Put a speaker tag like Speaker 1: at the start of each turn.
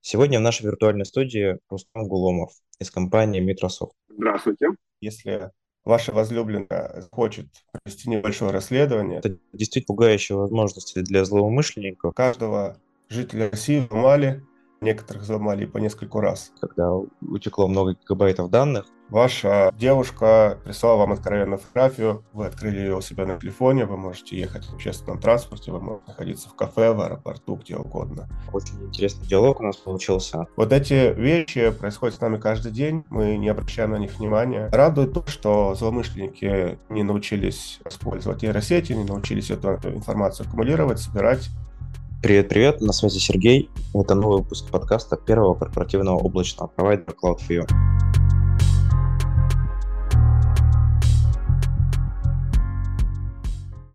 Speaker 1: Сегодня в нашей виртуальной студии Рустам Гуломов из компании Microsoft.
Speaker 2: Здравствуйте.
Speaker 3: Если ваша возлюбленная хочет провести небольшое расследование,
Speaker 1: Это действительно пугающие возможности для злоумышленников,
Speaker 3: каждого жителя России взломали, некоторых взломали и по нескольку раз.
Speaker 1: когда утекло много гигабайтов данных.
Speaker 3: Ваша девушка прислала вам откровенную фотографию, вы открыли ее у себя на телефоне, вы можете ехать в общественном транспорте, вы можете находиться в кафе, в аэропорту, где угодно.
Speaker 1: Очень интересный диалог у нас получился.
Speaker 3: Вот эти вещи происходят с нами каждый день, мы не обращаем на них внимания. Радует то, что злоумышленники не научились использовать нейросети, не научились эту, эту информацию аккумулировать, собирать.
Speaker 1: Привет-привет, на связи Сергей. Это новый выпуск подкаста первого корпоративного облачного провайдера Cloud4U.